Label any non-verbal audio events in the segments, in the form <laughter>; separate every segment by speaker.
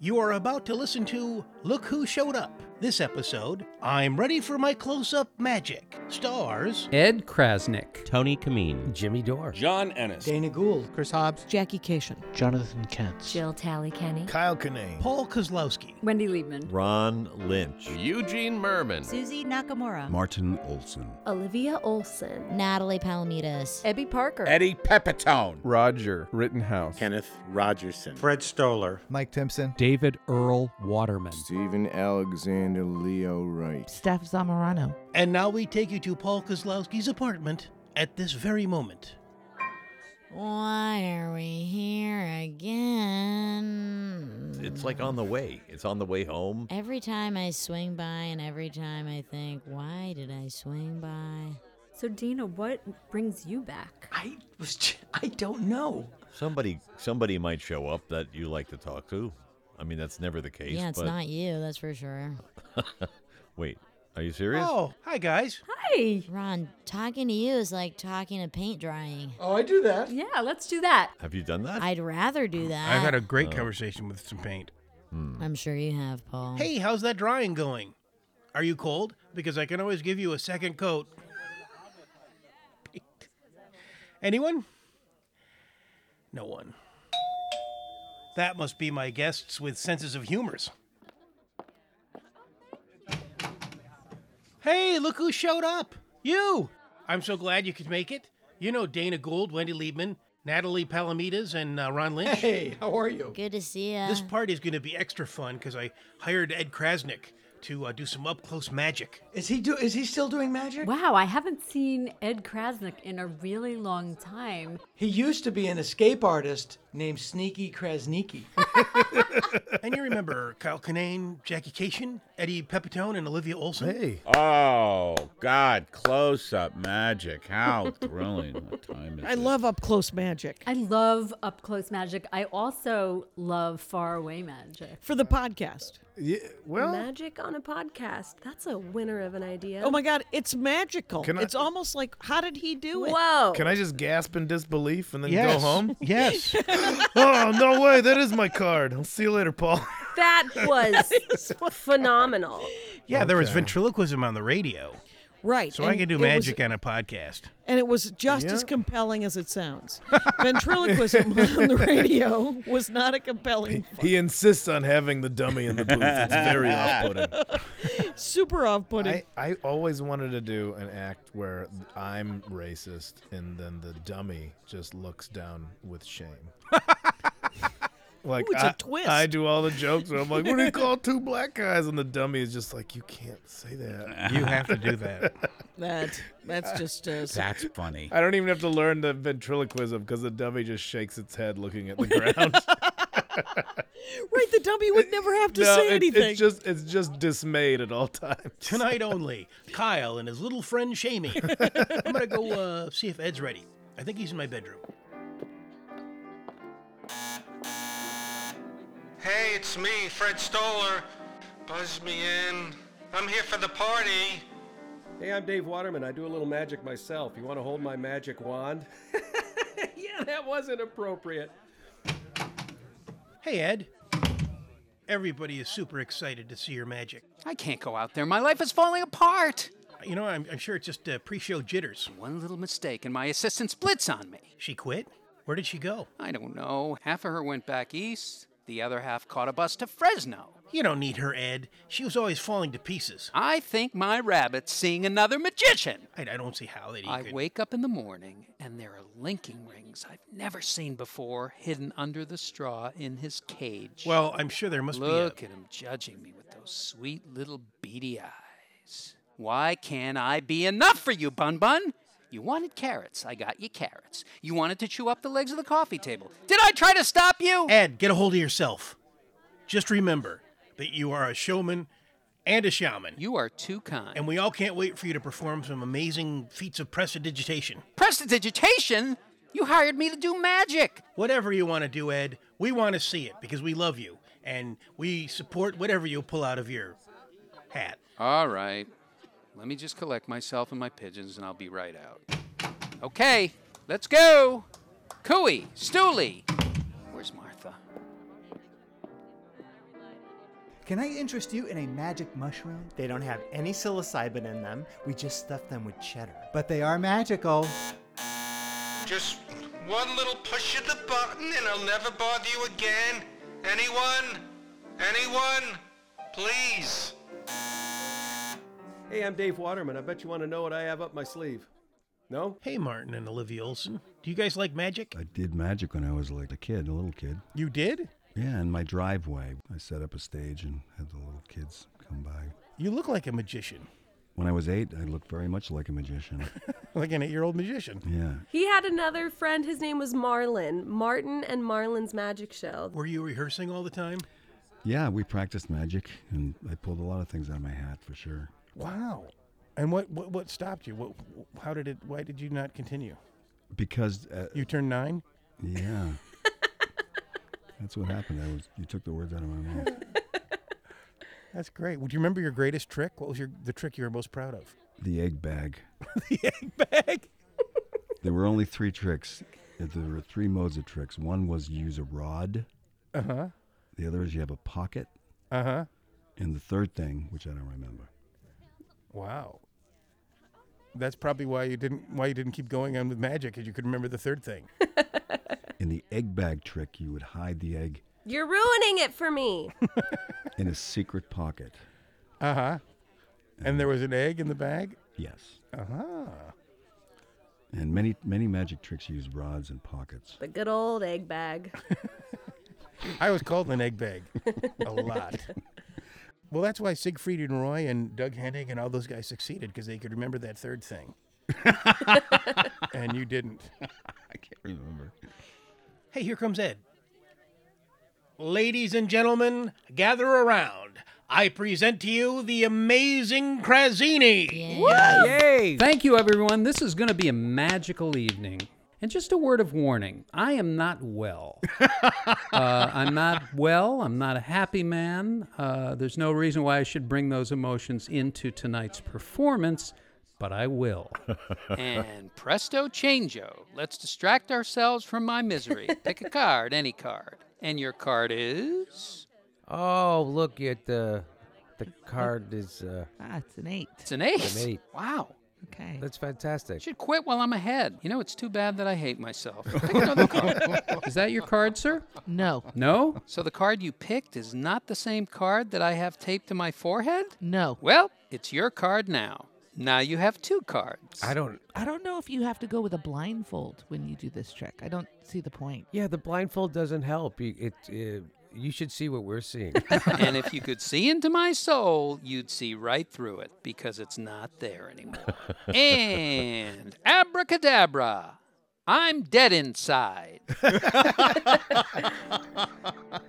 Speaker 1: You are about to listen to Look Who Showed Up. This episode, I'm Ready for My Close Up Magic, stars
Speaker 2: Ed Krasnick,
Speaker 3: Tony Kameen.
Speaker 4: Jimmy Dore,
Speaker 5: John Ennis.
Speaker 6: Dana Gould.
Speaker 7: Chris Hobbs.
Speaker 8: Jackie Cation.
Speaker 9: Jonathan Kent.
Speaker 10: Jill Talley Kenny.
Speaker 11: Kyle Kinane.
Speaker 1: Paul Kozlowski,
Speaker 12: Wendy Liebman.
Speaker 13: Ron Lynch.
Speaker 14: Eugene Merman.
Speaker 15: Susie Nakamura.
Speaker 16: Martin Olson.
Speaker 17: Olivia Olson.
Speaker 18: Natalie Palomitas.
Speaker 19: Ebby Parker.
Speaker 20: Eddie Pepitone.
Speaker 21: Roger Rittenhouse.
Speaker 22: Kenneth Rogerson.
Speaker 23: Fred Stoller.
Speaker 24: Mike Timpson.
Speaker 2: David Earl Waterman.
Speaker 25: Stephen Alexander Leo Wright.
Speaker 26: Steph Zamorano.
Speaker 1: And now we take you to Paul Kozlowski's apartment at this very moment.
Speaker 18: Why are we here again?
Speaker 13: It's like on the way. It's on the way home.
Speaker 18: Every time I swing by, and every time I think, why did I swing by?
Speaker 12: So, Dana, what brings you back?
Speaker 6: I was, j- I don't know.
Speaker 13: <laughs> Somebody, somebody might show up that you like to talk to. I mean, that's never the case.
Speaker 18: Yeah, it's
Speaker 13: but...
Speaker 18: not you, that's for sure.
Speaker 13: <laughs> Wait, are you serious?
Speaker 1: Oh, hi guys.
Speaker 12: Hi.
Speaker 18: Ron, talking to you is like talking to paint drying.
Speaker 6: Oh, I do that.
Speaker 12: Yeah, let's do that.
Speaker 13: Have you done that?
Speaker 18: I'd rather do that.
Speaker 1: I've had a great oh. conversation with some paint.
Speaker 18: Hmm. I'm sure you have, Paul.
Speaker 1: Hey, how's that drying going? Are you cold? Because I can always give you a second coat. <laughs> Anyone? No one. That must be my guests with senses of humors. Hey, look who showed up! You! I'm so glad you could make it. You know Dana Gould, Wendy Liebman, Natalie Palomitas, and uh, Ron Lynch.
Speaker 6: Hey, how are you?
Speaker 18: Good to see you.
Speaker 1: This party's going to be extra fun because I hired Ed Krasnick to uh, do some up close magic.
Speaker 6: Is he do? Is he still doing magic?
Speaker 12: Wow, I haven't seen Ed Krasnick in a really long time.
Speaker 6: He used to be an escape artist named Sneaky Krasnicky.
Speaker 1: <laughs> and you remember Kyle Kinane, Jackie Cation, Eddie Pepitone, and Olivia Olson?
Speaker 21: Hey.
Speaker 20: Oh, God, close up magic. How thrilling. What time is
Speaker 26: I love up close magic.
Speaker 12: I love up close magic. I also love far away magic.
Speaker 26: For the podcast.
Speaker 21: Yeah,
Speaker 26: Oh
Speaker 21: well,
Speaker 12: magic on a podcast. That's a winner of an idea.
Speaker 26: Oh my God, it's magical. I, it's almost like, how did he do it?
Speaker 12: Whoa.
Speaker 21: Can I just gasp in disbelief and then
Speaker 1: yes.
Speaker 21: go home?
Speaker 1: Yes.
Speaker 21: <laughs> oh, no way. That is my card. I'll see you later, Paul. <laughs>
Speaker 19: That was phenomenal.
Speaker 1: Yeah, okay. there was ventriloquism on the radio.
Speaker 26: Right.
Speaker 1: So and I can do magic was, on a podcast.
Speaker 26: And it was just yeah. as compelling as it sounds. Ventriloquism <laughs> on the radio was not a compelling.
Speaker 21: He, he, insists on having the dummy in the booth. It's very off putting.
Speaker 26: Super off putting.
Speaker 21: I, I always wanted to do an act where I'm racist and then the dummy just looks down with
Speaker 26: <laughs>
Speaker 21: shame. Like
Speaker 26: Ooh,
Speaker 21: I,
Speaker 26: I,
Speaker 21: do all the jokes, and I'm like,
Speaker 26: <laughs>
Speaker 21: "What do you call two black guys?" And the dummy is just like, "You can't say that.
Speaker 1: <laughs> You have to
Speaker 21: <laughs>
Speaker 1: do that."
Speaker 26: that that's just uh,
Speaker 3: that's funny.
Speaker 21: I don't even have to learn the ventriloquism because the dummy just shakes its head, looking
Speaker 26: <laughs>
Speaker 21: at the ground.
Speaker 26: right, the dummy would never have to no, say
Speaker 21: it,
Speaker 26: anything.
Speaker 21: It's just it's just dismayed at all times.
Speaker 1: Tonight only, Kyle and his little
Speaker 21: <laughs>
Speaker 1: friend Shamey. I'm gonna go uh, see if Ed's ready. I think he's in my bedroom.
Speaker 27: Hey, it's me, Fred Stoller. Buzz me in. I'm here for the party.
Speaker 28: Hey, I'm Dave Waterman. I do a little magic myself. You want to hold my magic wand? <laughs> yeah, that wasn't appropriate.
Speaker 1: Hey, Ed. Everybody is super excited to see your magic.
Speaker 3: I can't go out there. My life is falling apart.
Speaker 1: You know, I'm, I'm sure it's just uh, pre show jitters.
Speaker 3: One little mistake, and my assistant splits on me.
Speaker 1: She quit? Where did she go?
Speaker 3: I don't know. Half of her went back east. The other half caught a bus to Fresno.
Speaker 1: You don't need her, Ed. She was always falling to pieces.
Speaker 3: I think my rabbit's seeing another magician.
Speaker 1: I, I don't see how that he
Speaker 3: I
Speaker 1: could...
Speaker 3: wake up in the morning and there are linking rings I've never seen before hidden under the straw in his cage.
Speaker 1: Well, I'm sure there must
Speaker 3: Look
Speaker 1: be.
Speaker 3: Look a... at him judging me with those sweet little beady eyes. Why can't I be enough for you, Bun Bun? You wanted carrots. I got you carrots. You wanted to chew up the legs of the coffee table. Did I try to stop you?
Speaker 1: Ed, get a hold of yourself. Just remember that you are a showman and a shaman.
Speaker 3: You are too kind.
Speaker 1: And we all can't wait for you to perform some amazing feats of prestidigitation.
Speaker 3: Prestidigitation? You hired me to do magic.
Speaker 1: Whatever you want to do, Ed, we want to see it because we love you and we support whatever you pull out of your hat.
Speaker 3: All right. Let me just collect myself and my pigeons and I'll be right out. Okay, let's go. Cooey, Stooley. Where's Martha?
Speaker 14: Can I interest you in a magic mushroom? They don't have any psilocybin in them. We just stuffed them with cheddar. But they are magical.
Speaker 27: Just one little push of the button and I'll never bother you again. Anyone? Anyone? Please.
Speaker 28: Hey, I'm Dave Waterman. I bet you want to know what I have up my sleeve. No?
Speaker 1: Hey, Martin and Olivia Olson. Do you guys like magic?
Speaker 5: I did magic when I was like a kid, a little kid.
Speaker 1: You did?
Speaker 5: Yeah, in my driveway, I set up a stage and had the little kids come by.
Speaker 1: You look like a magician,
Speaker 5: When I was eight, I looked very much like a magician.
Speaker 1: <laughs> like an eight year old magician.
Speaker 5: yeah.
Speaker 19: He had another friend. His name was Marlin. Martin and Marlin's Magic Show.
Speaker 1: Were you rehearsing all the time?
Speaker 5: Yeah, we practiced magic and I pulled a lot of things out of my hat for sure.
Speaker 1: Wow. And what, what, what stopped you? What, how did it, why did you not continue?
Speaker 5: Because. Uh,
Speaker 1: you turned nine? <laughs>
Speaker 5: Yeah. That's what happened. I was, you took the words out of my mouth.
Speaker 1: That's great. Would you remember your greatest trick? What was your the trick you were most proud of?
Speaker 5: The egg bag.
Speaker 1: <laughs> the egg bag.
Speaker 5: There were only three tricks. There were three modes of tricks. One was you use a rod.
Speaker 1: Uh
Speaker 9: Uh-huh.
Speaker 1: huh.
Speaker 5: The other is you have a pocket.
Speaker 1: Uh huh.
Speaker 5: And the third thing, which I don't remember.
Speaker 1: Wow. That's probably why you didn't why you didn't keep going on with magic, because you could remember the third <laughs> thing.
Speaker 5: In the egg bag trick, you would hide the egg
Speaker 19: You're ruining it for me. <laughs>
Speaker 5: in a secret pocket.
Speaker 1: Uh huh. And there was an egg in the bag.
Speaker 5: Yes.
Speaker 1: Uh huh.
Speaker 5: And many many magic tricks use rods and pockets.
Speaker 19: The good old egg bag.
Speaker 1: I was called an egg bag a
Speaker 5: <laughs>
Speaker 1: lot. Well, that's why Siegfried and Roy and Doug Hennig and all those guys succeeded because they could remember that third
Speaker 5: <laughs>
Speaker 1: thing. and you didn't.
Speaker 5: I can't remember.
Speaker 1: Hey, here comes Ed. Ladies and gentlemen, gather around. I present to you the amazing Krazini.
Speaker 2: Yay! Thank you, everyone. This is going to be a magical evening. And just a word of warning I am not well. uh, I'm not well. I'm not a happy man. Uh, there's no reason why I should bring those emotions into tonight's performance, but I will. and presto changeo, let's distract ourselves from my misery. Pick a card, any card. And your card is?
Speaker 7: Oh, look at the the card is uh
Speaker 2: Ah, it's an eight. It's an eight.
Speaker 7: An eight.
Speaker 2: Wow.
Speaker 7: Okay. That's fantastic.
Speaker 2: Should quit while I'm ahead. You know, it's too bad that I hate
Speaker 7: <laughs>
Speaker 2: myself. Pick another card. Is that your card, sir?
Speaker 11: No.
Speaker 2: No? So the card you picked is not the same card that I have taped to my forehead?
Speaker 11: No.
Speaker 2: Well, it's your card now. Now you have two cards.
Speaker 7: I don't
Speaker 11: I don't know if you have to go with a blindfold when you do this trick. I don't see the point.
Speaker 7: Yeah, the blindfold doesn't help. You it, uh you should see what
Speaker 1: <laughs>
Speaker 7: we're seeing.
Speaker 2: and if you could see into my soul, you'd see right through it because it's not there anymore. and abracadabra, I'm dead inside.
Speaker 7: <laughs>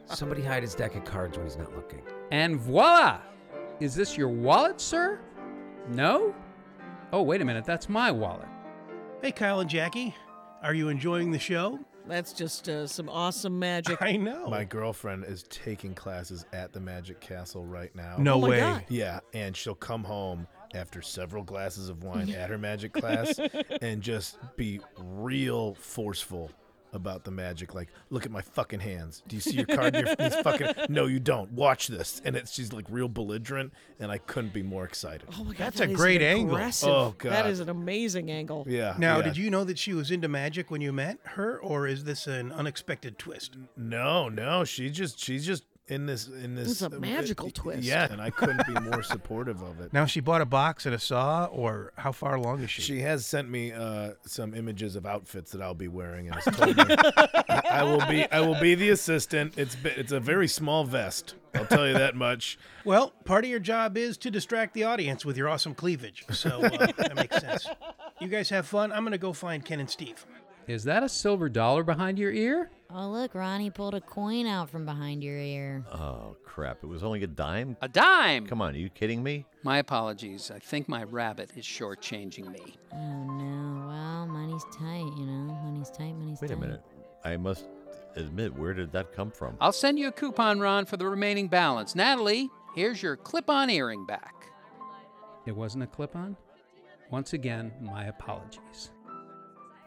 Speaker 7: Somebody hide his deck of cards when he's not looking.
Speaker 2: And voila! Is this your wallet, sir? No? Oh, wait a minute, that's my wallet.
Speaker 1: Hey, Kyle and Jackie, are you enjoying the show?
Speaker 26: That's just uh, some awesome magic.
Speaker 1: I know.
Speaker 21: My girlfriend is taking classes at the Magic Castle right now.
Speaker 1: No Oh my way. God.
Speaker 21: Yeah, and she'll come home after several glasses of wine at her
Speaker 26: <laughs>
Speaker 21: magic class and just be real forceful about the magic. Like, look at my fucking hands. Do you see your card?
Speaker 26: <laughs>
Speaker 21: in Your, these fucking no, you don't. Watch this. And it's she's like real belligerent, and I couldn't be more excited.
Speaker 26: Oh my God,
Speaker 1: That's
Speaker 26: that
Speaker 1: a
Speaker 26: is
Speaker 1: great
Speaker 26: an
Speaker 1: angle.
Speaker 26: aggressive-
Speaker 1: Oh,
Speaker 26: That
Speaker 1: God.
Speaker 26: is an amazing angle.
Speaker 21: Yeah.
Speaker 1: Now,
Speaker 21: yeah.
Speaker 1: did you know that she was into magic when you met her, or is this an unexpected twist?
Speaker 21: No, no, she just she's just in this in this.
Speaker 26: It's a
Speaker 21: uh,
Speaker 26: magical
Speaker 21: uh,
Speaker 26: twist.
Speaker 21: Yeah, and I couldn't be more supportive of
Speaker 1: <laughs>
Speaker 21: it.
Speaker 1: Now, she bought a box and a saw, or how far along is she?
Speaker 21: She has sent me uh, some images of outfits that I'll be wearing, and
Speaker 20: <laughs>
Speaker 21: has told me I, I will be I will be the assistant. It's be- it's a very small vest. I'll tell you that much.
Speaker 1: <laughs> Well, part of your job is to distract the audience with your awesome cleavage, so uh,
Speaker 21: <laughs>
Speaker 1: that makes sense. You guys have fun. I'm going to go find Ken and Steve.
Speaker 2: Is that a silver dollar behind your ear?
Speaker 18: Oh, look, Ronnie pulled a coin out from behind your ear.
Speaker 13: Oh crap! It was only a dime.
Speaker 2: A dime!
Speaker 13: Come on, are you kidding me?
Speaker 2: My apologies. I think my rabbit is shortchanging me.
Speaker 18: Oh, no. Well, money's tight, you know. Money's tight, money's
Speaker 13: Wait a
Speaker 18: tight.
Speaker 13: minute. I must admit, where did that come from?
Speaker 2: I'll send you a coupon, Ron, for the remaining balance. Natalie, here's your clip on earring back.
Speaker 29: It wasn't a clip on?
Speaker 2: Once again, my apologies.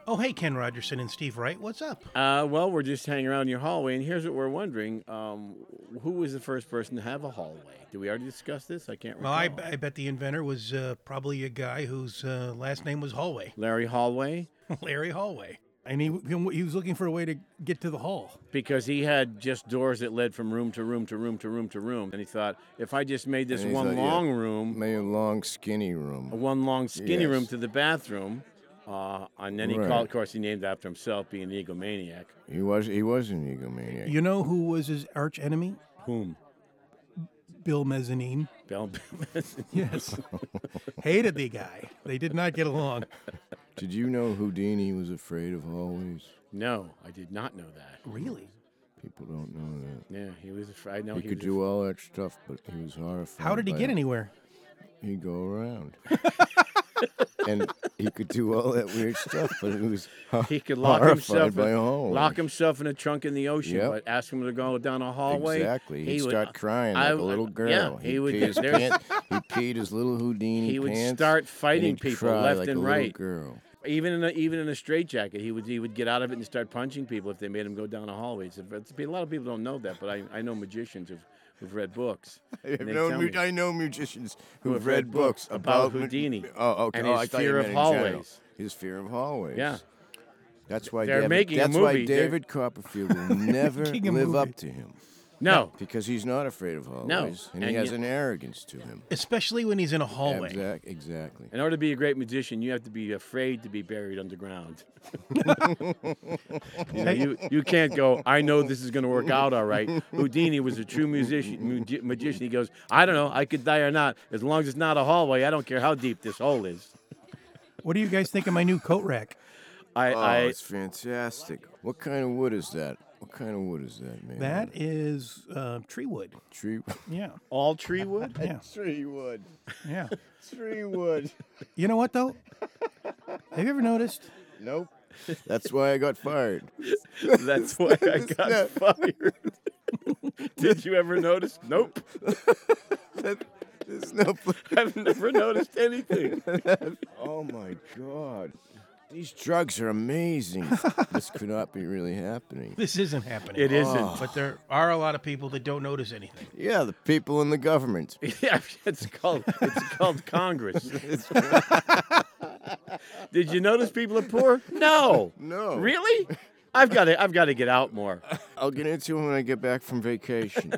Speaker 1: Oh, hey, Ken Rogerson and Steve Wright. What's up?
Speaker 9: Uh, well, we're just hanging around in your hallway, and here's what we're wondering: um, Who was the first person to have a hallway? Did we already discuss this? I can't
Speaker 1: Well,
Speaker 9: recall.
Speaker 1: I, I bet the inventor was uh, probably a guy whose uh, last name was Hallway. <laughs>
Speaker 9: Larry Hallway,
Speaker 1: Larry Hallway. And he, he was looking for a way to get to the hall.
Speaker 9: because he had just doors that led from room to room to room to room to room, and he thought if I just made this
Speaker 25: And he
Speaker 9: one
Speaker 25: thought, yeah,
Speaker 9: long room,
Speaker 25: Maybe a long, skinny room.
Speaker 9: a one long skinny
Speaker 25: Yes.
Speaker 9: room to the bathroom, uh, and then he
Speaker 25: Right.
Speaker 9: called. Of course, he named after himself, being the egomaniac.
Speaker 25: He was he was an egomaniac.
Speaker 1: You know who was his arch enemy?
Speaker 9: Whom?
Speaker 1: Bill Mezzanine.
Speaker 9: Bill <laughs>
Speaker 1: Yes. Hated the guy. <laughs> They did not get along.
Speaker 25: <laughs> Did you know Houdini was afraid of hallways?
Speaker 9: No, I did not know that.
Speaker 1: Really?
Speaker 25: People don't know that.
Speaker 9: Yeah, he was. af- I know
Speaker 25: he,
Speaker 9: he,
Speaker 25: could
Speaker 9: was
Speaker 25: do all that stuff, but he was horrified.
Speaker 1: How did he
Speaker 25: by
Speaker 1: get
Speaker 25: it.
Speaker 1: anywhere?
Speaker 25: He'd go
Speaker 1: <laughs>
Speaker 25: around. and he could do all that weird stuff, but he was ho-
Speaker 9: He could lock
Speaker 25: horrified
Speaker 9: himself,
Speaker 25: by
Speaker 9: in,
Speaker 25: hallways.
Speaker 9: lock himself in a trunk in the ocean,
Speaker 25: Yep.
Speaker 9: but ask him to go down a hallway.
Speaker 25: Exactly. He'd
Speaker 9: would-
Speaker 25: start crying
Speaker 9: I-
Speaker 25: like a little
Speaker 9: I-
Speaker 25: girl.
Speaker 9: Yeah, he,
Speaker 25: He'd
Speaker 9: would.
Speaker 25: pee
Speaker 9: get-
Speaker 25: his
Speaker 9: there's-
Speaker 25: pant- he peed his little Houdini
Speaker 9: <laughs> he would
Speaker 25: pants,
Speaker 9: start
Speaker 25: and
Speaker 9: fighting
Speaker 25: he'd
Speaker 9: people
Speaker 25: cry
Speaker 9: left
Speaker 25: like a
Speaker 9: and
Speaker 25: little
Speaker 9: right.
Speaker 25: girl.
Speaker 9: Even in a, even in a straitjacket, he would he would get out of it and start punching people if they made him go down a hallway. It's a, a lot of people don't know that, but I, I know magicians who've, who've
Speaker 25: <laughs>
Speaker 9: read books.
Speaker 25: I
Speaker 9: and they
Speaker 25: know,
Speaker 9: tell
Speaker 25: mu-
Speaker 9: me.
Speaker 25: I know musicians
Speaker 9: Who
Speaker 25: who've
Speaker 9: have
Speaker 25: read, books about, mu-
Speaker 9: Houdini
Speaker 25: Oh, okay.
Speaker 9: and
Speaker 25: oh,
Speaker 9: his
Speaker 25: I thought you
Speaker 9: fear of
Speaker 25: meant in general.
Speaker 9: hallways.
Speaker 25: His fear of hallways.
Speaker 9: Yeah.
Speaker 25: That's why
Speaker 9: They're
Speaker 25: David,
Speaker 9: making a
Speaker 25: that's
Speaker 9: movie.
Speaker 25: why
Speaker 9: They're-
Speaker 25: David Copperfield
Speaker 9: <laughs>
Speaker 25: will never
Speaker 9: Making a
Speaker 25: live
Speaker 1: movie.
Speaker 25: up to him.
Speaker 9: No.
Speaker 25: Because he's not afraid of hallways. And, he
Speaker 9: and
Speaker 25: has
Speaker 9: yet-
Speaker 25: an arrogance to him.
Speaker 1: Especially when he's in a hallway.
Speaker 25: Exact, exactly.
Speaker 9: In order to be a great magician, you have to be afraid to be buried underground. <laughs> you, know, you, you can't go, I know this is going to work out all right. Houdini was a true musician, magi- magician. He goes, I don't know, I could die or not. As long as it's not a hallway, I don't care how deep this hole is.
Speaker 1: What do you guys think of my new coat
Speaker 9: <laughs>
Speaker 1: rack?
Speaker 9: I,
Speaker 25: oh,
Speaker 9: I
Speaker 25: it's fantastic. What kind of wood is that? What kind of wood is that, man?
Speaker 1: That is uh, tree wood.
Speaker 25: tree. <laughs>
Speaker 1: Yeah.
Speaker 9: All tree wood?
Speaker 1: Yeah.
Speaker 25: Tree wood.
Speaker 1: Yeah.
Speaker 25: <laughs> Tree wood.
Speaker 1: You know what, though? Have you ever noticed?
Speaker 25: Nope. That's why I got fired.
Speaker 9: That's why I got fired. <laughs> Did you ever notice? Nope. <laughs> I've never noticed anything.
Speaker 25: <laughs> oh my god. These drugs are amazing. <laughs> this could not be really happening.
Speaker 1: This isn't happening.
Speaker 25: It isn't. Oh.
Speaker 1: But there are a lot of people that don't notice anything.
Speaker 25: Yeah, the people in the government.
Speaker 9: <laughs> Yeah, it's called it's called <laughs> Congress. Did you notice people are poor? No.
Speaker 25: No.
Speaker 9: Really? I've got to I've got to get out more.
Speaker 25: I'll get into it when I get back from
Speaker 9: <laughs>
Speaker 25: vacation.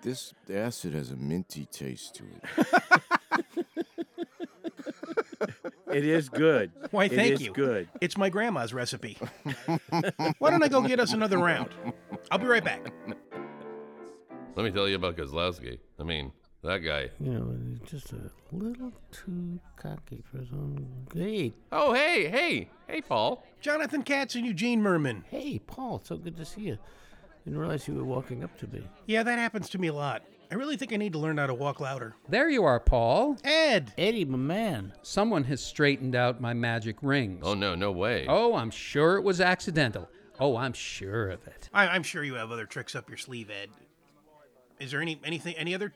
Speaker 25: this acid has a minty taste to it.
Speaker 9: <laughs> It is good.
Speaker 1: Why,
Speaker 9: It
Speaker 1: thank
Speaker 9: is
Speaker 1: you.
Speaker 9: good.
Speaker 1: It's my grandma's
Speaker 9: <laughs>
Speaker 1: recipe. Why don't I go get us another round? I'll be right back.
Speaker 10: Let me tell you about Kozlowski. I mean, that guy.
Speaker 11: You know, it's just a little too cocky for some great.
Speaker 10: Oh, hey, hey, hey, Paul.
Speaker 1: Jonathan Katz and Eugene Merman.
Speaker 11: Hey, Paul, it's so good to see you. Didn't realize you were walking up to me.
Speaker 1: Yeah, that happens to me a lot. I really think I need to learn how to walk louder.
Speaker 2: There you are, Paul.
Speaker 1: Ed.
Speaker 2: Eddie, my man. Someone has straightened out my magic rings.
Speaker 10: Oh, no, no way.
Speaker 2: Oh, I'm sure it was accidental. Oh, I'm sure of it.
Speaker 1: I, I'm sure you have other tricks up your sleeve, Ed. Is there any anything any other?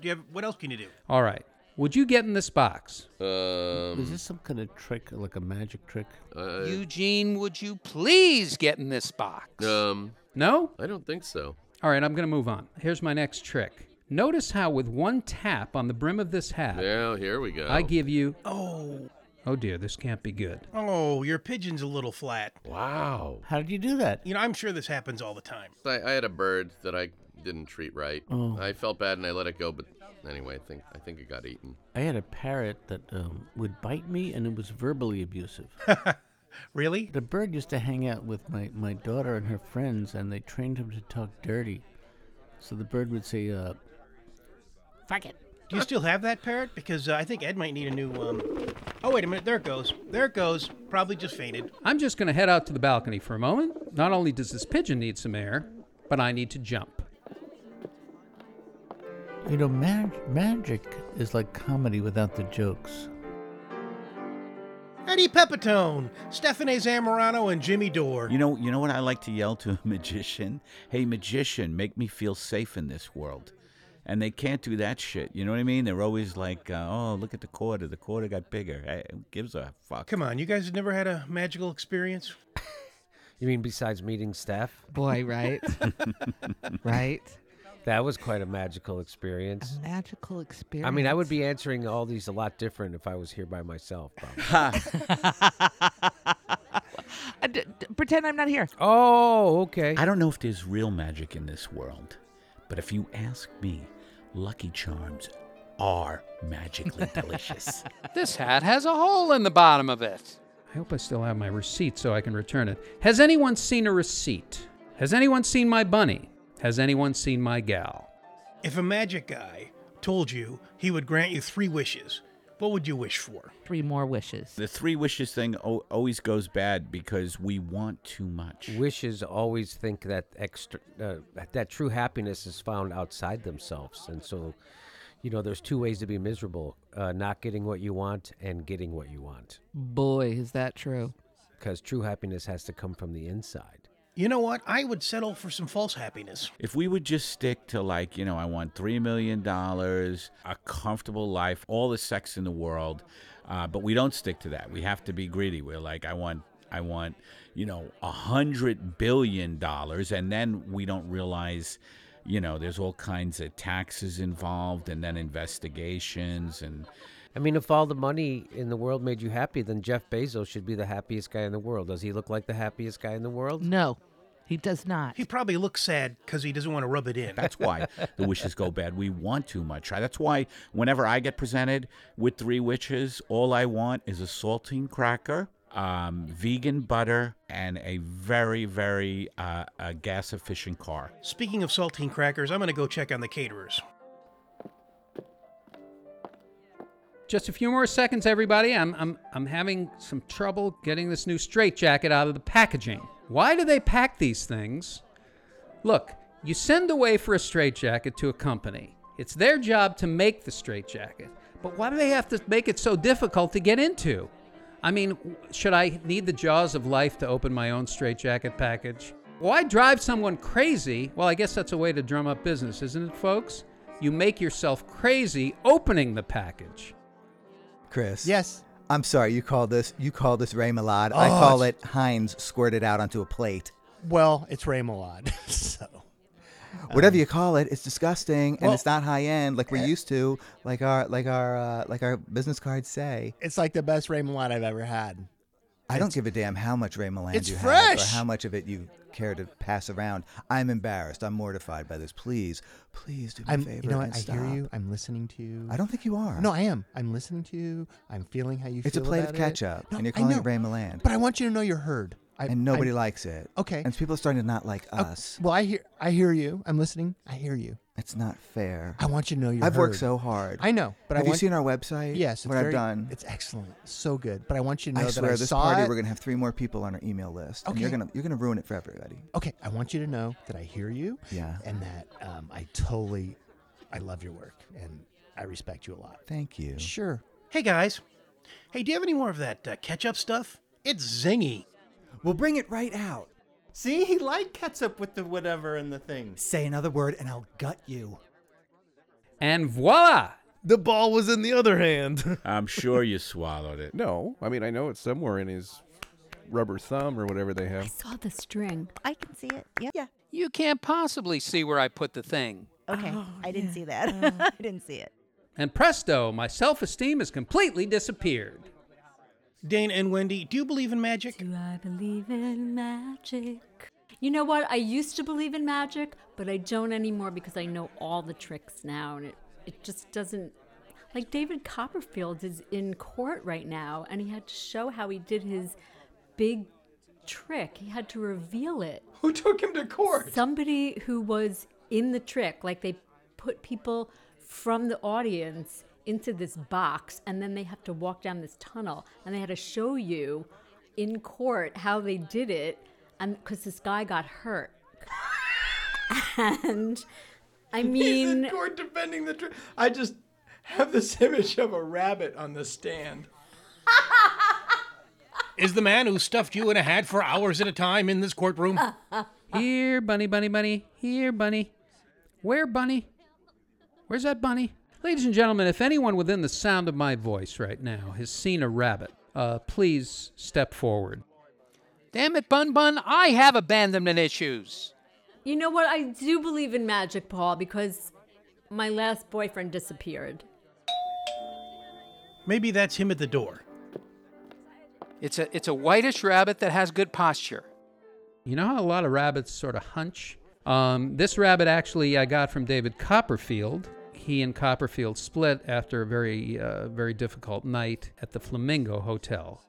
Speaker 1: Do you have what else can you do?
Speaker 2: All right. Would you get in this box?
Speaker 10: Um,
Speaker 11: Is this some kind of trick, like a magic trick?
Speaker 10: Uh,
Speaker 3: Eugene, would you please get in this box?
Speaker 10: um,
Speaker 2: No?
Speaker 10: I don't think so.
Speaker 2: All right, I'm going to move on. Here's my next trick. Notice how, with one tap on the brim of this hat,
Speaker 10: Now, Oh, here we go.
Speaker 2: I give you.
Speaker 1: Oh,
Speaker 2: Oh dear, this can't be good.
Speaker 1: oh, your pigeon's a little flat.
Speaker 10: Wow.
Speaker 11: How did you do that?
Speaker 1: You know, I'm sure this happens all the time.
Speaker 10: I, I had a bird that I didn't treat right.
Speaker 11: Oh.
Speaker 10: I felt bad and I let it go, but anyway, I think I think it got eaten.
Speaker 11: I had a parrot that um, would bite me, and it was verbally
Speaker 7: <laughs>
Speaker 11: abusive.
Speaker 1: really?
Speaker 11: The bird used to hang out with my, my daughter and her friends, and they trained him to talk dirty. So the bird would say, uh,
Speaker 1: Fuck it. Do you still have that parrot? Because uh, I think Ed might need a new. Um... Oh wait a minute, there it goes. There it goes. Probably just fainted.
Speaker 2: I'm just going to head out to the balcony for a moment. Not only does this pigeon need some air, but I need to jump.
Speaker 11: You know, mag- magic is like comedy without the jokes.
Speaker 1: Eddie Pepitone, Stephanie Zamorano, and Jimmy Dore.
Speaker 14: You know, you know what I like to yell to a magician? Hey, magician, make me feel safe in this world.
Speaker 20: and they can't do that shit. You know what I mean? They're always like, uh, "Oh, look at the quarter. The quarter got bigger. Hey, who gives a fuck?"
Speaker 1: Come on, you guys have never had a magical experience?
Speaker 7: <laughs> You mean besides meeting Steph?
Speaker 8: Boy,
Speaker 7: <laughs>
Speaker 8: right? right?
Speaker 7: That was quite a magical experience.
Speaker 8: Magical experience.
Speaker 7: I mean, I would be answering all these a lot different if I was here by myself. Probably.
Speaker 8: <laughs> Uh, d- d- pretend I'm not here.
Speaker 7: Oh, okay.
Speaker 20: I don't know if there's real magic in this world, but if you ask me, Lucky Charms are magically delicious.
Speaker 3: This hat has a hole in the bottom of it.
Speaker 2: I hope I still have my receipt so I can return it. Has anyone seen a receipt? Has anyone seen my bunny? Has anyone seen my gal?
Speaker 1: If a magic guy told you he would grant you three wishes, what would you wish for?
Speaker 8: Three more wishes.
Speaker 20: The three wishes thing o- always goes bad because we want too much.
Speaker 7: Wishes always think that extra uh, that- that true happiness is found outside themselves, and so, you know, there's two ways to be miserable: uh, not getting what you want and getting what you want.
Speaker 8: Boy, is that true.
Speaker 7: Because true happiness has to come from the inside.
Speaker 1: You know what? I would settle for some false happiness.
Speaker 20: If we would just stick to like, you know, I want three million dollars, a comfortable life, all the sex in the world, uh, but we don't stick to that. We have to be greedy. We're like, I want, I want, you know, a hundred billion dollars, and then we don't realize, you know, there's all kinds of taxes involved, and then investigations, and
Speaker 7: I mean, if all the money in the world made you happy, then Jeff Bezos should be the happiest guy in the world. Does he look like the happiest guy in the world?
Speaker 8: No, he does not.
Speaker 1: He probably looks sad because he doesn't want to rub it in.
Speaker 20: That's why the wishes go bad. We want too much. I- That's why whenever I get presented with three wishes, all I want is a saltine cracker, um, vegan butter, and a very, very uh, uh gas efficient car.
Speaker 1: Speaking of saltine crackers, I'm going to go check on the caterers.
Speaker 2: Just a few more seconds, everybody. I'm, I'm, I'm having some trouble getting this new straitjacket out of the packaging. Why do they pack these things? Look, you send away for a straitjacket to a company. It's their job to make the straitjacket. But why do they have to make it so difficult to get into? I mean, w- should I need the jaws of life to open my own straitjacket package? Why drive someone crazy? Well, I guess that's a way to drum up business, isn't it, folks? You make yourself crazy opening the package.
Speaker 6: Chris. Yes. I'm sorry. You call this you call this Raymalade.
Speaker 14: Oh,
Speaker 6: I call it Heinz squirted out onto a plate.
Speaker 14: Well, it's Raymalade, <laughs> so
Speaker 6: Whatever you call it, it's disgusting
Speaker 14: Um,
Speaker 6: and
Speaker 14: well- uh,
Speaker 6: it's not high end like we're used to, like our like our uh, like our business cards say.
Speaker 14: it's like the best Raymalade I've ever had.
Speaker 6: I don't give a damn how much Raymalade
Speaker 14: It's
Speaker 6: you have or
Speaker 14: fresh!
Speaker 6: how much of it you care to pass around. I'm embarrassed. I'm mortified by this. Please, please do me
Speaker 14: I'm,
Speaker 6: a favor
Speaker 14: you know what?
Speaker 6: and
Speaker 14: I
Speaker 6: stop.
Speaker 14: hear you. I'm listening to you.
Speaker 6: I don't think you are.
Speaker 14: No, I am. I'm listening to you. I'm feeling how you
Speaker 6: It's a
Speaker 14: feel.
Speaker 6: plate of
Speaker 14: about
Speaker 6: ketchup,
Speaker 14: it. No,
Speaker 6: and you're
Speaker 14: I
Speaker 6: calling it
Speaker 14: know,
Speaker 6: Raymalade.
Speaker 14: But I want you to know you're heard. I,
Speaker 6: and nobody
Speaker 14: I-
Speaker 6: likes it.
Speaker 14: Okay.
Speaker 6: And people are starting to not like us.
Speaker 14: Well, I hear. I hear you. I'm listening. I hear you.
Speaker 6: It's not fair.
Speaker 14: I want you to know you're
Speaker 6: I've worked
Speaker 14: heard.
Speaker 6: so hard.
Speaker 14: I know, but I
Speaker 6: have you
Speaker 14: want-
Speaker 6: seen our website?
Speaker 14: Yes, it's
Speaker 6: what I've
Speaker 14: very-
Speaker 6: done.
Speaker 14: It's excellent. So good. But I want you to know
Speaker 6: I
Speaker 14: that
Speaker 6: swear,
Speaker 14: I
Speaker 6: this
Speaker 14: saw
Speaker 6: party
Speaker 14: it.
Speaker 6: we're gonna have three more people on our email list, and you're
Speaker 14: Okay.
Speaker 6: gonna you're gonna ruin it for everybody.
Speaker 14: Okay, I want you to know that I hear you.
Speaker 6: Yeah.
Speaker 14: And that um, I totally, I love your work and I respect you a lot.
Speaker 6: Thank you.
Speaker 14: Sure.
Speaker 1: Hey, guys. Hey, do you have any more of that uh, ketchup stuff? It's zingy.
Speaker 6: We'll bring it right out.
Speaker 15: See, he liked ketchup with the whatever and the thing. Say another word and I'll gut you.
Speaker 2: And voila!
Speaker 21: The ball was in the other hand. <laughs>
Speaker 20: I'm sure you swallowed it.
Speaker 16: No, I mean I know it's somewhere in his rubber thumb or whatever they have.
Speaker 12: Saw the string. I can see it. Yep. Yeah.
Speaker 3: You can't possibly see where I put the thing.
Speaker 17: Okay. I didn't see that. <laughs> I didn't see it.
Speaker 2: And presto, my self esteem has completely disappeared.
Speaker 1: Dane and Wendy, do you believe in magic?
Speaker 12: Do I believe in magic? You know what? I used to believe in magic, but I don't anymore because I know all the tricks now, and it, it just doesn't. Like David Copperfield is in court right now, and he had to show how he did his big trick. He had to reveal it.
Speaker 15: Who took him to court?
Speaker 12: Somebody who was in the trick, like they put people from the audience into this box, and then they have to walk down this tunnel, and they had to show you in court how they did it, and because this guy got hurt, and
Speaker 15: <laughs>
Speaker 12: I
Speaker 15: He's
Speaker 12: mean,
Speaker 15: in court defending the. Tr- I just have this <laughs> image of a rabbit on the stand.
Speaker 1: <laughs> Is the man who stuffed you in a hat for hours at a time in this courtroom?
Speaker 12: <laughs>
Speaker 2: Here, bunny, bunny, bunny. Here, bunny. Where, bunny? Where's that bunny? Ladies and gentlemen, if anyone within the sound of my voice right now has seen a rabbit, uh, please step forward.
Speaker 3: Damn it, Bun Bun, I have abandonment issues.
Speaker 12: You know what? I do believe in magic, Paul, because my last boyfriend disappeared.
Speaker 3: Maybe that's him at the door. It's a it's a whitish rabbit that has good posture.
Speaker 2: You know how a lot of rabbits sort of hunch? Um, this rabbit actually I got from David Copperfield. He and Copperfield split after a very, uh, very difficult night at the Flamingo Hotel.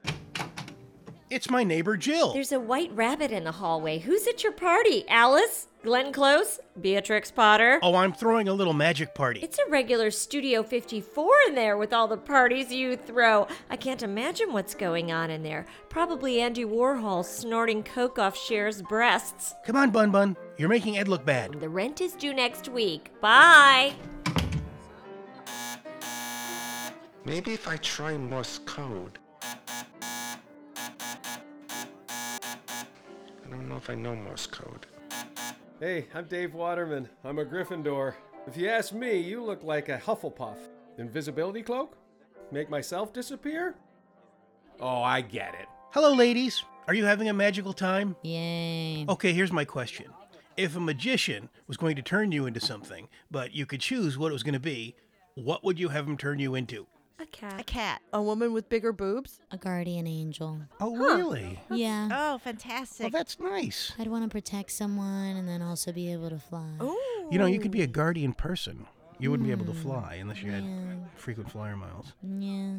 Speaker 1: It's my neighbor Jill.
Speaker 4: There's a white rabbit in the hallway. Who's at your party? Alice? Glenn Close? Beatrix Potter?
Speaker 1: Oh, I'm throwing a little magic party.
Speaker 4: It's a regular Studio 54 in there with all the parties you throw. I can't imagine what's going on in there. Probably Andy Warhol snorting coke off Cher's breasts.
Speaker 1: Come on, Bun Bun. You're making Ed look bad.
Speaker 4: The rent is due next week. Bye!
Speaker 5: Maybe if I try Morse code. I don't know if I know Morse code.
Speaker 19: Hey, I'm Dave Waterman. I'm a Gryffindor. If you ask me, you look like a Hufflepuff. Invisibility cloak? Make myself disappear? Oh, I get it.
Speaker 1: Hello, ladies. Are you having a magical time?
Speaker 18: Yay.
Speaker 1: Okay, here's my question. If a magician was going to turn you into something, but you could choose what it was going to be, what would you have him turn you into?
Speaker 17: A cat. A cat. A woman with bigger boobs.
Speaker 18: A guardian angel.
Speaker 1: Oh, really?
Speaker 18: Yeah.
Speaker 17: Oh, fantastic.
Speaker 1: Well, that's nice.
Speaker 18: I'd want to protect someone and then also be able to fly.
Speaker 17: Ooh.
Speaker 1: You know, you could be a guardian person. You wouldn't be
Speaker 18: Hmm.
Speaker 1: able to fly unless you had frequent flyer miles.
Speaker 18: Yeah.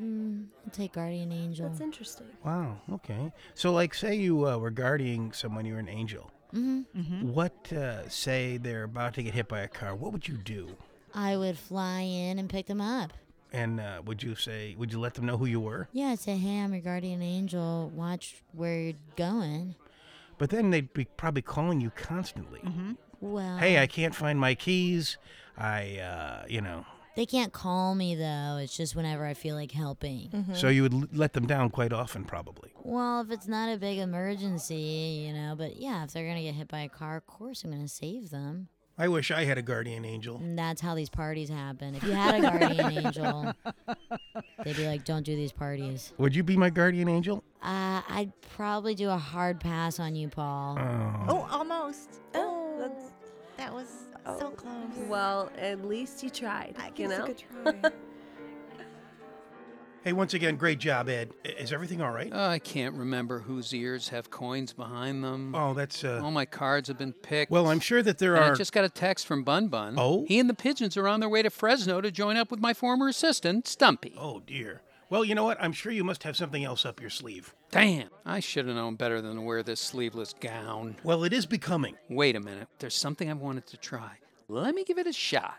Speaker 18: Mm, I'll take guardian angel.
Speaker 12: That's interesting.
Speaker 1: Wow, okay. So, like, say you uh, were guarding someone, you're an angel.
Speaker 18: hmm
Speaker 1: What, uh, say they're about to get hit by a car, what would you do?
Speaker 18: I would fly in and pick them up.
Speaker 1: And uh, would you say, would you let them know who you were?
Speaker 18: Yeah, I'd say, hey, I'm your guardian angel. Watch where you're going.
Speaker 1: But then they'd be probably calling you constantly.
Speaker 2: Uh-huh. Mm-hmm.
Speaker 18: Well,
Speaker 1: Hey, uh, I can't find my keys. I, uh, you know.
Speaker 18: they can't call me though. It's just whenever I feel like helping.
Speaker 2: Mm-hmm.
Speaker 1: So you would l- let them down quite often, probably.
Speaker 18: Well, if it's not a big emergency, you know, but yeah, if they're gonna get hit by a car, of course I'm gonna save them.
Speaker 1: I wish I had a guardian angel.
Speaker 18: And that's how these parties happen. If you had a
Speaker 2: <laughs>
Speaker 18: guardian angel, they'd be like, "Don't do these parties."
Speaker 1: Would you be my guardian angel?
Speaker 18: Uh, I'd probably do a hard pass on you, Paul.
Speaker 17: Oh, almost. Oh, that's, that was so close.
Speaker 22: Well, at least you tried.
Speaker 17: I
Speaker 22: you
Speaker 17: guess I
Speaker 22: know?
Speaker 17: could try.
Speaker 1: Hey, once again, great job, Ed. I- Is everything all right?
Speaker 3: I can't remember whose ears have coins behind them.
Speaker 1: Oh, that's. Uh,
Speaker 3: All my cards have been picked.
Speaker 1: well, I'm sure that there
Speaker 3: And
Speaker 1: are.
Speaker 3: I just got a text from Bun Bun.
Speaker 1: Oh?
Speaker 3: He and the pigeons are on their way to Fresno to join up with my former assistant, Stumpy.
Speaker 1: Oh, dear. Well, you know what? I'm sure you must have something else up your sleeve.
Speaker 3: Damn, I should have known better than to wear this sleeveless gown.
Speaker 1: Well, it is becoming.
Speaker 3: Wait a minute. There's something I wanted to try. Let me give it a shot.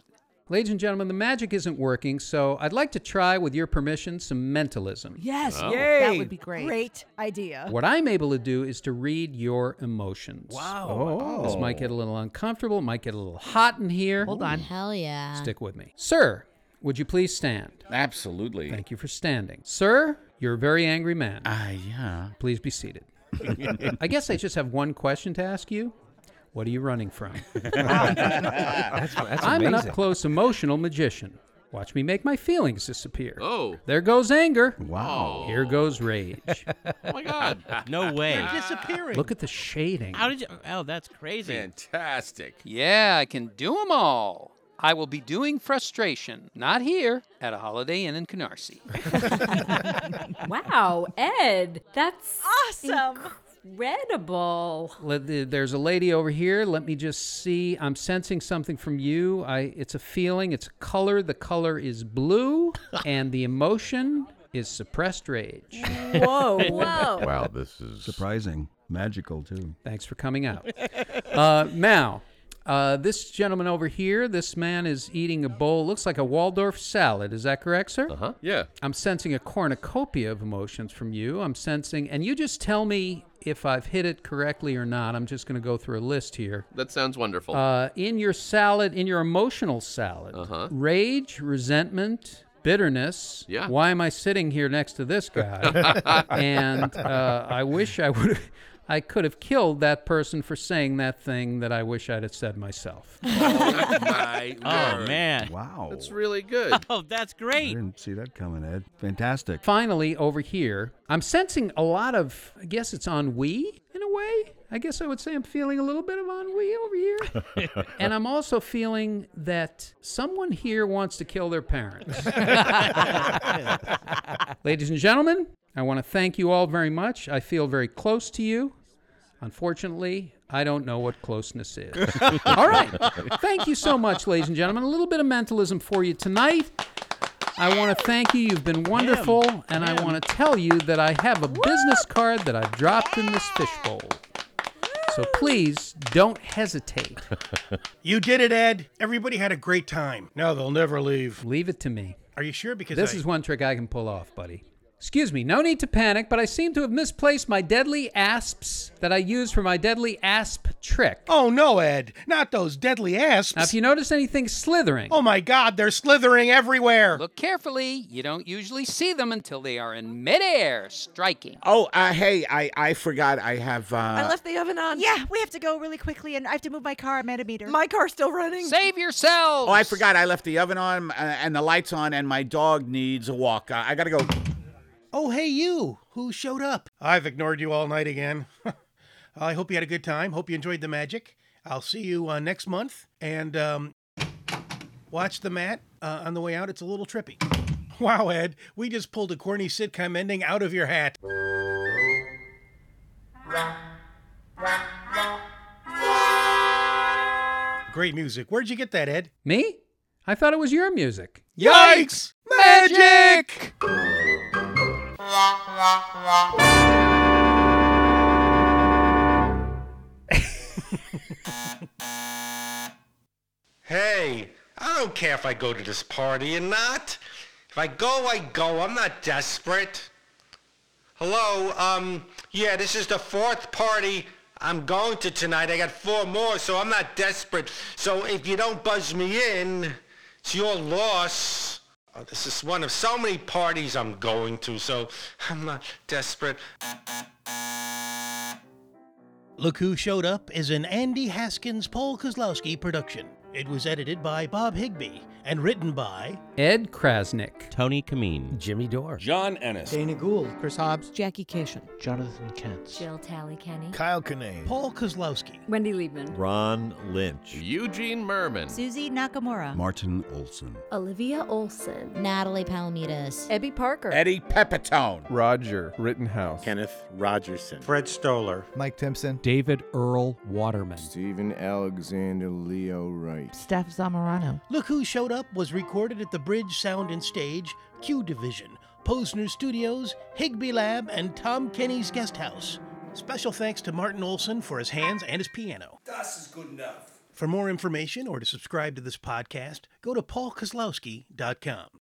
Speaker 2: Ladies and gentlemen, the magic isn't working, so I'd like to try, with your permission, some mentalism.
Speaker 5: Yes,
Speaker 2: yeah.
Speaker 17: Oh. That would be great. Great idea.
Speaker 2: What I'm able to do is to read your emotions. Wow.
Speaker 1: Oh.
Speaker 2: This might get a little uncomfortable, might get a little hot in here. Hold on.
Speaker 18: Hell
Speaker 2: <laughs>
Speaker 18: yeah.
Speaker 2: Stick with me. Sir, would you please stand?
Speaker 20: Absolutely.
Speaker 2: Thank you for standing. Sir, you're a very angry man.
Speaker 20: Ah, yeah.
Speaker 2: Please be
Speaker 20: <laughs>
Speaker 2: seated. I guess I just have one question to ask you. What are you running
Speaker 20: <laughs>
Speaker 2: from?
Speaker 7: That's- that's
Speaker 2: I'm an
Speaker 7: amazing.
Speaker 2: up close emotional magician. Watch me make my feelings disappear.
Speaker 7: Oh.
Speaker 2: There goes anger. Wow. Here goes rage.
Speaker 23: <laughs> Oh my God!
Speaker 22: No way.
Speaker 23: They're disappearing.
Speaker 2: Look at the shading.
Speaker 22: How did you? Oh, that's crazy.
Speaker 3: Fantastic.
Speaker 20: <laughs>
Speaker 3: Yeah, I can do them all. I will be doing frustration, not here, at a Holiday Inn in Canarsie.
Speaker 12: Wow, Ed, that's
Speaker 17: awesome.
Speaker 12: Incredible.
Speaker 2: Let the- There's a lady over here. Let me just see. I'm sensing something from you. I it's a feeling, it's a color. The color is blue and the emotion is suppressed rage. <laughs>
Speaker 22: Whoa. Whoa.
Speaker 2: Wow,
Speaker 24: this is surprising, magical too.
Speaker 2: Thanks for coming out. Uh, now, uh, this gentleman over here, this man is eating a bowl, looks like a Waldorf salad. Is that correct, sir? Uh huh.
Speaker 10: Yeah.
Speaker 2: I'm sensing a cornucopia of emotions from you. I'm sensing, and you just tell me if I've hit it correctly or not. I'm just going to go through a list here.
Speaker 10: That sounds wonderful.
Speaker 2: Uh, in your salad, in your emotional salad, uh-huh. rage, resentment, bitterness.
Speaker 10: Yeah. <laughs>
Speaker 2: Why am I sitting here next to this guy? and uh, I wish I would. I could have killed that person for saying that thing that I wish I'd have said myself.
Speaker 30: My
Speaker 31: Oh,
Speaker 30: word.
Speaker 31: man. Wow.
Speaker 30: That's really good.
Speaker 2: Oh, that's great.
Speaker 31: I didn't see that coming, Ed. Fantastic.
Speaker 2: Finally, over here, I'm sensing a lot of, I guess it's ennui in a way. I guess I would say I'm feeling a little bit of ennui over here.
Speaker 31: <laughs>
Speaker 2: and I'm also feeling that someone here wants to kill their parents.
Speaker 31: <laughs>
Speaker 2: Ladies and gentlemen, I want to thank you all very much. I feel very close to you. Unfortunately, I don't know what closeness is. all right. Thank you so much, ladies and gentlemen. A little bit of mentalism for you tonight. I want to thank you. You've been wonderful. and I want to tell you that I have a business card that I've dropped in this fishbowl. So please don't hesitate.
Speaker 1: You did it, Ed. Everybody had a great time. No, they'll never leave.
Speaker 2: Leave it to me.
Speaker 1: Are you sure? Because
Speaker 2: This
Speaker 1: I-
Speaker 2: is one trick I can pull off, buddy. Excuse me, no need to panic, but I seem to have misplaced my deadly asps that I use for my deadly asp trick.
Speaker 1: Oh no, Ed, not those deadly asps.
Speaker 2: Now, if you notice anything slithering,
Speaker 1: Oh my God, they're slithering everywhere.
Speaker 32: Look carefully. You don't usually see them until they are in midair, striking.
Speaker 20: Oh, uh, hey, I, I forgot I have. Uh,
Speaker 3: I left the oven on. Yeah, we have to go really quickly, and I have to move my car. I'm at a meter.
Speaker 32: My
Speaker 3: car's still running.
Speaker 32: Save yourselves.
Speaker 20: Oh, I forgot. I left the oven on uh, and the lights on, and my dog needs a walk. Uh, I gotta go.
Speaker 1: Oh hey, you who showed up? I've ignored you all night again. <laughs> I hope you had a good time. Hope you enjoyed the magic. I'll see you uh, next month, and um, watch the mat uh, on the way out. It's a little trippy. <laughs> Wow, Ed, we just pulled a corny sitcom ending out of your hat. Great music. Where'd you get that, Ed?
Speaker 2: me? I thought it was your music.
Speaker 1: Yikes! Magic!
Speaker 33: Hey, I don't care if I go to this party or not. If I go, I go. I'm not desperate. Hello, um, yeah, this is the fourth party I'm going to tonight. I got four more, so I'm not desperate. So if you don't buzz me in, it's your loss. Uh, this is one of so many parties I'm going to, so <laughs> I'm not desperate.
Speaker 1: Look Who Showed Up is an Andy Haskins Paul Kozlowski production. It was edited by Bob Higby and written by
Speaker 2: Ed Krasnick,
Speaker 34: Tony Kameen,
Speaker 35: Jimmy Dore,
Speaker 34: John Ennis,
Speaker 36: Dana Gould, Chris Hobbs,
Speaker 37: Jackie Cation,
Speaker 34: Jonathan Kent,
Speaker 38: Jill Talley-Kenny.
Speaker 39: Kyle Kinane.
Speaker 1: Paul Kozlowski.
Speaker 38: Wendy Liebman.
Speaker 34: Ron Lynch,
Speaker 30: Eugene Merman,
Speaker 3: Susie Nakamura.
Speaker 31: Martin Olson.
Speaker 18: Olivia Olson, Natalie Palomitas, Ebby Parker,
Speaker 20: Eddie Pepitone.
Speaker 15: Roger Rittenhouse.
Speaker 5: Kenneth Rogerson.
Speaker 33: Fred Stoller.
Speaker 40: Mike Timpson.
Speaker 25: David Earl Waterman.
Speaker 5: Stephen Alexander Leo Wright.
Speaker 37: Steph Zamorano.
Speaker 1: Look Who Showed Up was recorded at the Bridge Sound and Stage, Q Division, Posner Studios, Higby Lab, and Tom Kenny's Guest House. Special thanks to Martin Olson for his hands and his piano.
Speaker 5: Das is good enough.
Speaker 1: For more information or to subscribe to this podcast, go to paulkozlowski.com.